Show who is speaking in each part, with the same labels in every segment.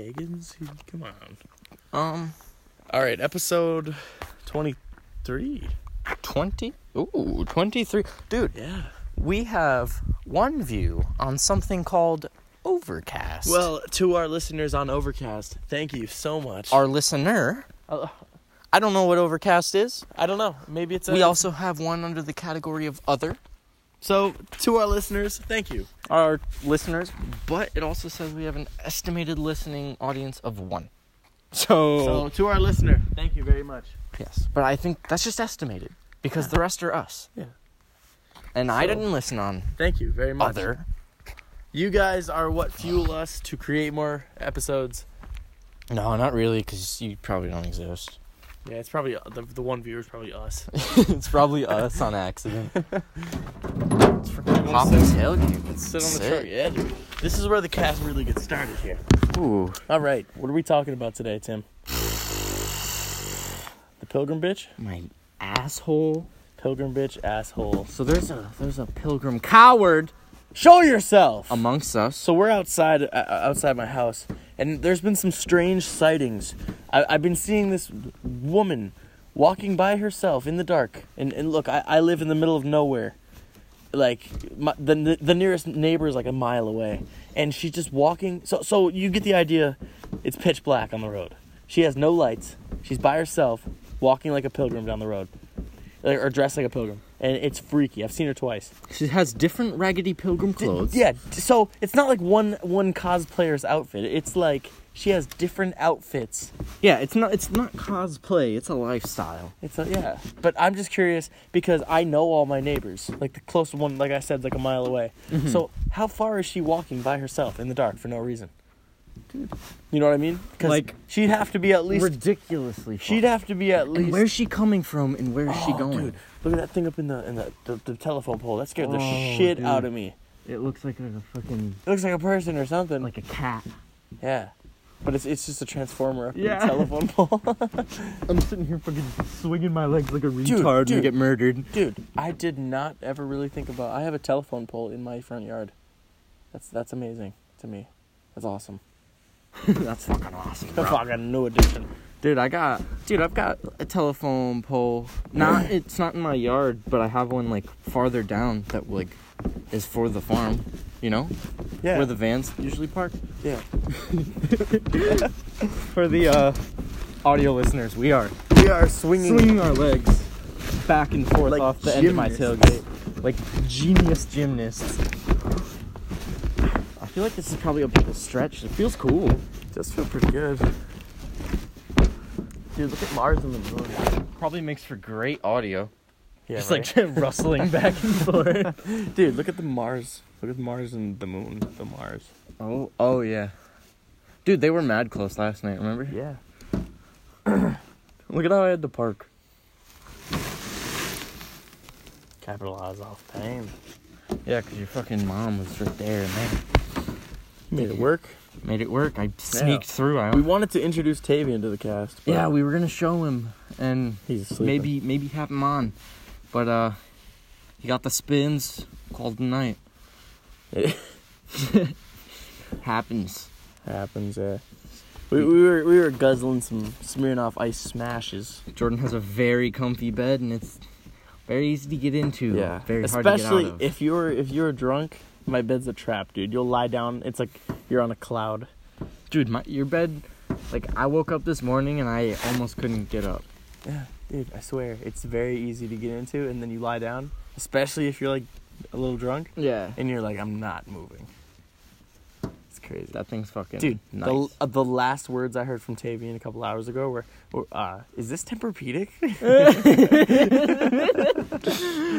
Speaker 1: Baggins? Come on.
Speaker 2: Um,
Speaker 1: All right, episode 23.
Speaker 2: 20? Ooh, 23. Dude,
Speaker 1: Yeah.
Speaker 2: we have one view on something called Overcast.
Speaker 1: Well, to our listeners on Overcast, thank you so much.
Speaker 2: our listener. I don't know what Overcast is.
Speaker 1: I don't know. Maybe it's a.
Speaker 2: We also have one under the category of other.
Speaker 1: So, to our listeners, thank you.
Speaker 2: Our listeners, but it also says we have an estimated listening audience of one.
Speaker 1: So, to our listener, thank you very much.
Speaker 2: Yes, but I think that's just estimated because the rest are us.
Speaker 1: Yeah.
Speaker 2: And I
Speaker 1: So-
Speaker 2: didn't listen on
Speaker 1: Thank you very much.
Speaker 2: other.
Speaker 1: You guys are what fuel us to create more episodes.
Speaker 2: No, not really, because you probably don't exist.
Speaker 1: Yeah, it's probably uh, the, the one viewer is probably us.
Speaker 2: it's probably us on accident. Pop the tailgate.
Speaker 1: Sit on the
Speaker 2: Sick.
Speaker 1: truck. Yeah, dude. This is where the cast really gets started here.
Speaker 2: Ooh.
Speaker 1: All right, what are we talking about today, Tim? The pilgrim bitch?
Speaker 2: My asshole.
Speaker 1: Pilgrim bitch asshole.
Speaker 2: So there's a there's a pilgrim coward
Speaker 1: Show yourself.
Speaker 2: amongst us.
Speaker 1: so we're outside uh, outside my house, and there's been some strange sightings. I, I've been seeing this woman walking by herself in the dark. And and look, I, I live in the middle of nowhere. Like my, the the nearest neighbor is like a mile away, and she's just walking. So so you get the idea. It's pitch black on the road. She has no lights. She's by herself, walking like a pilgrim down the road, Like, or dressed like a pilgrim. And it's freaky. I've seen her twice.
Speaker 2: She has different raggedy pilgrim clothes.
Speaker 1: Yeah, t- so it's not like one one cosplayer's outfit. It's like she has different outfits.
Speaker 2: Yeah, it's not it's not cosplay, it's a lifestyle.
Speaker 1: It's a, yeah. But I'm just curious because I know all my neighbors. Like the closest one, like I said, is like a mile away.
Speaker 2: Mm-hmm.
Speaker 1: So how far is she walking by herself in the dark for no reason? You know what I mean? 'Cause
Speaker 2: Like-
Speaker 1: she'd have to be at least.
Speaker 2: Ridiculously.
Speaker 1: she'd have to be at least.
Speaker 2: and where's she coming from and where is she
Speaker 1: Oh,
Speaker 2: going?
Speaker 1: Dude, look at that thing up in the in the, the, the telephone pole. That scared the
Speaker 2: Oh,
Speaker 1: shit
Speaker 2: dude.
Speaker 1: out of me.
Speaker 2: It looks like there's a fucking
Speaker 1: It looks like a person or something.
Speaker 2: a cat.
Speaker 1: yeah. But it's it's just a transformer up in
Speaker 2: Yeah.
Speaker 1: the telephone pole.
Speaker 2: I'm sitting here fucking swinging my legs like a retard
Speaker 1: retard and get
Speaker 2: and get murdered.
Speaker 1: Dude, I did not ever really think about. I have a telephone pole in my front yard. That's that's amazing to me. That's awesome.
Speaker 2: That's fucking awesome.
Speaker 1: The fucking new addition.
Speaker 2: Dude, I got dude, I've got a telephone pole. Not it's not in my yard, but I have one like farther down that like is for the farm, you know?
Speaker 1: Yeah.
Speaker 2: Where the vans usually park.
Speaker 1: yeah.
Speaker 2: For the uh audio listeners, we are
Speaker 1: We are swinging.
Speaker 2: swinging our legs back and forth
Speaker 1: Like
Speaker 2: off the end of my
Speaker 1: gymnasts.
Speaker 2: tailgate. Like genius gymnasts. I feel like this is probably a bit of a stretch. It feels cool.
Speaker 1: Does feel pretty good. Dude, look at Mars in the moon.
Speaker 2: Probably makes for great audio.
Speaker 1: Yeah.
Speaker 2: Just like rustling back and forth.
Speaker 1: like, dude, look at the Mars. Look at Mars and the moon. The Mars.
Speaker 2: Oh, oh yeah. Dude, they were mad close last night, remember?
Speaker 1: Yeah.
Speaker 2: Look at how I had to park.
Speaker 1: Capitalize off time.
Speaker 2: Yeah, 'cause your fucking mom was right there and they
Speaker 1: Made it work.
Speaker 2: made it work. I sneaked through. I
Speaker 1: We wanted to introduce Tavian to the cast. but
Speaker 2: Yeah, we were gonna show him and
Speaker 1: He's asleep.
Speaker 2: maybe maybe have him on. But uh he got the spins, called the night. Happens.
Speaker 1: Happens, yeah. We, we were we were guzzling some Smirnoff Ice Smashes.
Speaker 2: Jordan has a very comfy bed and it's very easy to get into.
Speaker 1: Especially
Speaker 2: Very hard to get out of.
Speaker 1: if you're if you're drunk, my bed's a trap, dude. You'll lie down. It's like you're on a cloud.
Speaker 2: Dude, my your bed like I woke up this morning and I almost couldn't get up.
Speaker 1: Dude, I swear, it's very easy to get into, and then you lie down. Especially if you're like a little drunk,
Speaker 2: Yeah.
Speaker 1: and you're like, I'm not moving. It's crazy.
Speaker 2: That thing's fucking
Speaker 1: Dude,
Speaker 2: nice.
Speaker 1: the, uh, the last words I heard from Tavian a couple hours ago were, were uh, "Is this Tempur-Pedic?"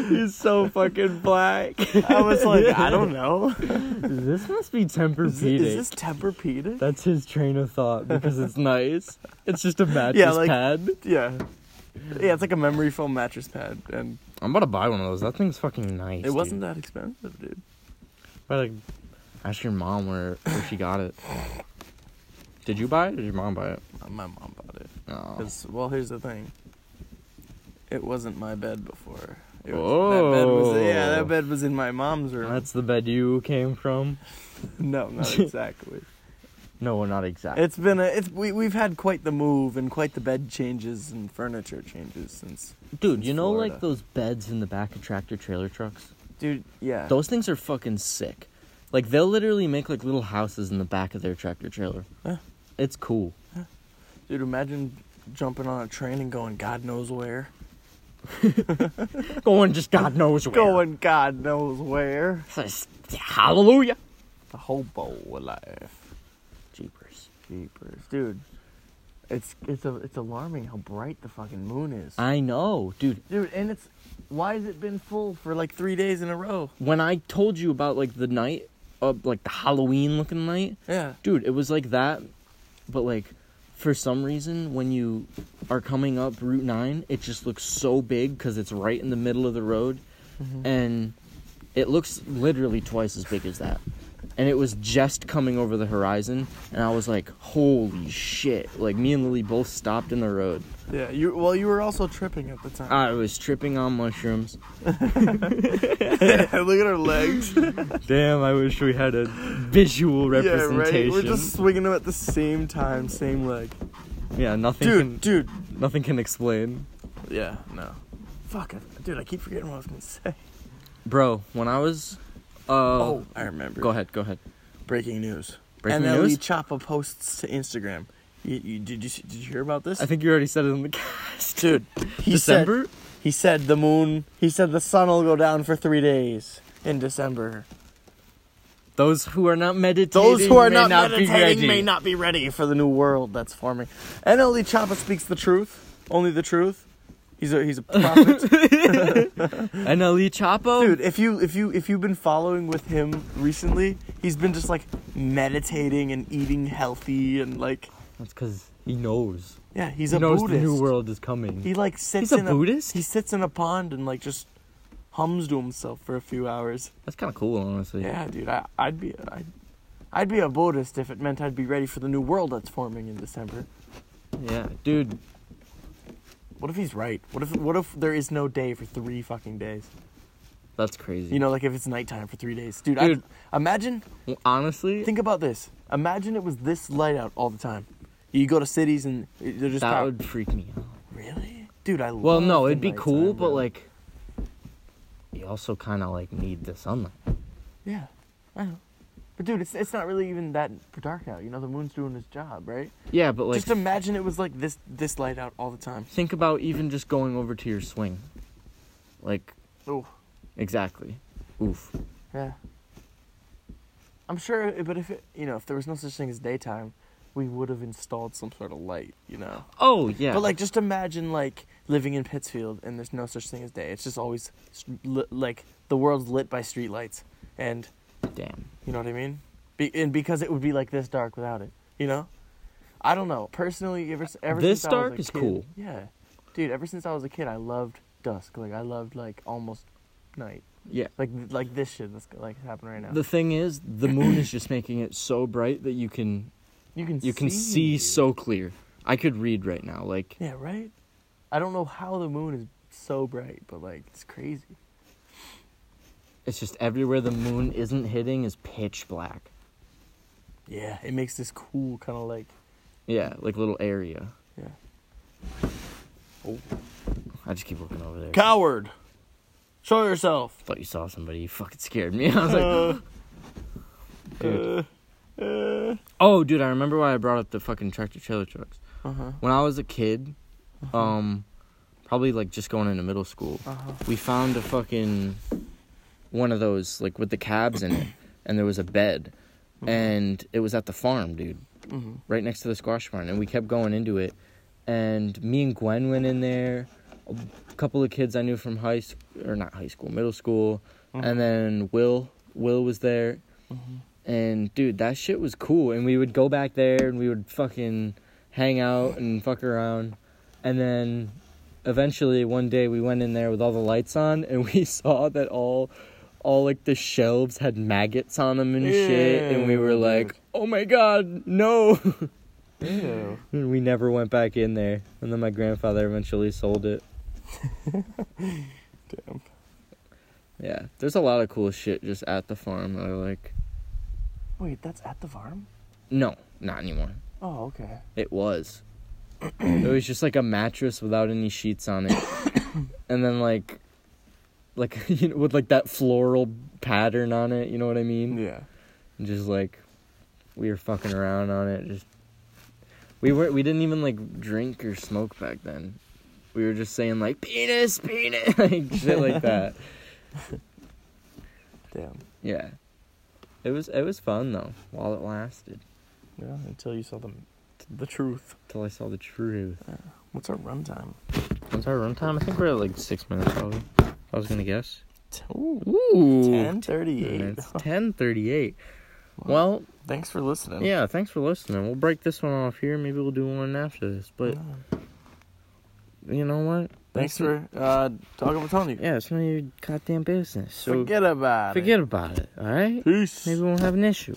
Speaker 2: He's so fucking black.
Speaker 1: I was like, "I don't know."
Speaker 2: this must be
Speaker 1: Is, thi-
Speaker 2: Tempur-Pedic.
Speaker 1: is this Tempur-Pedic?
Speaker 2: That's his train of thought because it's nice. It's just a mattress
Speaker 1: Yeah, like-
Speaker 2: pad.
Speaker 1: Yeah. Yeah, it's like a memory foam mattress pad, and
Speaker 2: I'm about to buy one of those. That thing's fucking nice.
Speaker 1: it wasn't that expensive, dude.
Speaker 2: But like, ask your mom where, where she got it. Did you buy it? Or did your mom buy it?
Speaker 1: Uh, My mom bought it. Oh.
Speaker 2: No.
Speaker 1: 'Cause- well, here's the thing. It wasn't my bed before. It was, That bed was,
Speaker 2: Oh.
Speaker 1: yeah, that bed was in my mom's room.
Speaker 2: That's the bed you came from.
Speaker 1: No, not exactly.
Speaker 2: No, we're not exactly.
Speaker 1: It's been a it's we we've had quite the move and quite the bed changes and furniture changes since.
Speaker 2: Dude, you know
Speaker 1: Florida.
Speaker 2: like those beds in the back of tractor trailer trucks?
Speaker 1: Dude, yeah.
Speaker 2: Those things are fucking sick. Like they'll literally make like little houses in the back of their tractor trailer.
Speaker 1: Yeah.
Speaker 2: It's cool.
Speaker 1: Dude, imagine jumping on a train and going God knows where.
Speaker 2: Going just God knows where.
Speaker 1: Going God knows where.
Speaker 2: Says, Hallelujah.
Speaker 1: The hobo life.
Speaker 2: Jeepers.
Speaker 1: Jeepers, dude. It's it's a it's alarming how bright the fucking moon is.
Speaker 2: I know, dude.
Speaker 1: dude, and it's why has it been full for like three days in a row?
Speaker 2: When I told you about like the night of like the Halloween looking night,
Speaker 1: Yeah.
Speaker 2: dude, it was like that, but like for some reason when you are coming up Route Nine, it just looks so big because it's right in the middle of the road, and it looks literally twice as big as that. And it was just coming over the horizon, and I was like, "Holy shit!" Like me and Lily both stopped in the road.
Speaker 1: Yeah. You well, you were also tripping at the time.
Speaker 2: I was tripping on mushrooms.
Speaker 1: Look at her legs.
Speaker 2: Damn, I wish we had a visual
Speaker 1: yeah, right.
Speaker 2: representation.
Speaker 1: We're just swinging them at the same time, same leg.
Speaker 2: yeah, nothing
Speaker 1: Dude, dude.
Speaker 2: can nothing can explain.
Speaker 1: Yeah. No. Fuck. I, dude, I keep forgetting what I was gonna say.
Speaker 2: Bro, when I was uh
Speaker 1: Oh, I remember.
Speaker 2: go ahead, go ahead.
Speaker 1: Breaking news.
Speaker 2: Breaking
Speaker 1: NLE
Speaker 2: news?
Speaker 1: Choppa posts to Instagram. You, you, did you see- did you hear about this?
Speaker 2: I think you already said it in the cast.
Speaker 1: Dude, he
Speaker 2: December?
Speaker 1: Said, he said the moon. He said the sun will go down for three days in December.
Speaker 2: Those who are not meditating
Speaker 1: Those who are
Speaker 2: may
Speaker 1: not,
Speaker 2: not be
Speaker 1: meditating
Speaker 2: ready.
Speaker 1: may not be ready for the new world that's forming. NLE Choppa speaks the truth, only the truth. He's a he's a prophet,
Speaker 2: NLE Chapo?
Speaker 1: dude. If you if you if you've been following with him recently, he's been just like meditating and eating healthy and like
Speaker 2: That's cause he knows.
Speaker 1: yeah, he's
Speaker 2: he
Speaker 1: a
Speaker 2: knows
Speaker 1: Buddhist.
Speaker 2: the new world is coming.
Speaker 1: He like sits
Speaker 2: a
Speaker 1: in
Speaker 2: Buddhist?
Speaker 1: he sits in a pond and like just hums to himself for a few hours.
Speaker 2: That's kinda cool honestly.
Speaker 1: Yeah, dude, I, I'd be I'd, I'd be a Buddhist if it meant I'd be ready for the new world that's forming in December.
Speaker 2: Yeah. Dude,
Speaker 1: What if he's right? What if what if there is no day for three fucking days?
Speaker 2: that's crazy.
Speaker 1: You know, like if it's nighttime for three days, dude.
Speaker 2: Dude.
Speaker 1: I, imagine.
Speaker 2: honestly
Speaker 1: Think about this. Imagine it was this light out all the time. You go to cities and they're just
Speaker 2: that
Speaker 1: pow-
Speaker 2: would freak me out.
Speaker 1: really, dude. I
Speaker 2: Well,
Speaker 1: love
Speaker 2: no,
Speaker 1: the
Speaker 2: it'd be
Speaker 1: nighttime,
Speaker 2: cool, but
Speaker 1: man.
Speaker 2: like, you also kind of like need the sunlight.
Speaker 1: yeah, I know. But dude, it's it's not really even that dark out. You know, the moon's doing its job, right?
Speaker 2: Yeah, but like,
Speaker 1: just imagine it was like this this light out all the time.
Speaker 2: think about even just going over to your swing. Like,
Speaker 1: Oh,
Speaker 2: exactly. Oof.
Speaker 1: yeah. I'm sure, but if it, you know, if there was no such thing as daytime, we would have installed some sort of light, you know.
Speaker 2: Oh yeah.
Speaker 1: But like, just imagine like living in Pittsfield and there's no such thing as day. It's just always s- li- like the world's lit by streetlights, and
Speaker 2: damn.
Speaker 1: you know what I mean. Be- and because it would be like this dark without it, you know. I don't know personally. Ever, s- ever
Speaker 2: This
Speaker 1: since I was
Speaker 2: dark
Speaker 1: a
Speaker 2: is
Speaker 1: kid-
Speaker 2: cool.
Speaker 1: Yeah, dude. Ever since I was a kid, I loved dusk. Like I loved like almost night.
Speaker 2: Yeah.
Speaker 1: Like like this shit that's like happening right now.
Speaker 2: The thing is, the moon is just making it so bright that you can
Speaker 1: you can
Speaker 2: you can see so clear. I could read right now. Like,
Speaker 1: Yeah, right? I don't know how the moon is so bright, but like it's crazy.
Speaker 2: it's just everywhere the moon isn't hitting is pitch black.
Speaker 1: Yeah, it makes this cool kind of like
Speaker 2: Yeah, like little area.
Speaker 1: yeah. Oh.
Speaker 2: I just keep looking over there.
Speaker 1: Coward. Show yourself.
Speaker 2: Thought you saw somebody. You fucking scared me. I was like,
Speaker 1: Uh, uh,
Speaker 2: dude. Oh, dude, I remember why I brought up the fucking tractor trailer trucks.
Speaker 1: uh-huh.
Speaker 2: When I was a kid, um, probably like just going into middle school,
Speaker 1: Uh-huh.
Speaker 2: we found a fucking one of those like with the cabs in it, and there was a bed, and it was at the farm, dude,
Speaker 1: Mhm.
Speaker 2: right next to the squash barn, and we kept going into it, and me and Gwen went in there, a couple of kids I knew from high school or not high school, middle school, and then Will, Will was there, Mm-hmm. and dude, that shit was cool. And we would go back there and we would fucking hang out and fuck around. And then eventually one day we went in there with all the lights on and we saw that all all like the shelves had maggots on them and shit and we were
Speaker 1: Ew,
Speaker 2: like,
Speaker 1: dude.
Speaker 2: "Oh my god, no."
Speaker 1: Ew.
Speaker 2: and we never went back in there. And then my grandfather eventually sold it.
Speaker 1: Damn.
Speaker 2: Yeah. There's a lot of cool shit just at the farm that I like.
Speaker 1: Wait, that's at the farm?
Speaker 2: No, not anymore.
Speaker 1: Oh, okay.
Speaker 2: It was. it was just like a mattress without any sheets on it, and then like, like you know, with like that floral pattern on it. You know what I mean?
Speaker 1: Yeah.
Speaker 2: And Just like, we were fucking around on it. Just we were we didn't even like drink or smoke back then. We were just saying like penis, penis, like shit like that.
Speaker 1: Damn.
Speaker 2: Yeah, it was it was fun though while it lasted
Speaker 1: Yeah. Until you saw the the truth.
Speaker 2: till I saw the truth.
Speaker 1: What's our runtime?
Speaker 2: What's our runtime? I think we're at like six minutes probably. If I was gonna guess.
Speaker 1: Ooh.
Speaker 2: Ooh.
Speaker 1: Ten thirty-eight.
Speaker 2: It's ten thirty-eight. Well,
Speaker 1: Thanks for listening.
Speaker 2: yeah. Thanks for listening. We'll break this one off here. Maybe we'll do one after this. But
Speaker 1: Yeah.
Speaker 2: you know what?
Speaker 1: Thanks
Speaker 2: That's it.
Speaker 1: for uh, talking with Tony.
Speaker 2: Yeah, it's none of your goddamn business. So
Speaker 1: forget about
Speaker 2: forget
Speaker 1: it.
Speaker 2: about it. All right.
Speaker 1: Peace.
Speaker 2: Maybe we won't have an issue.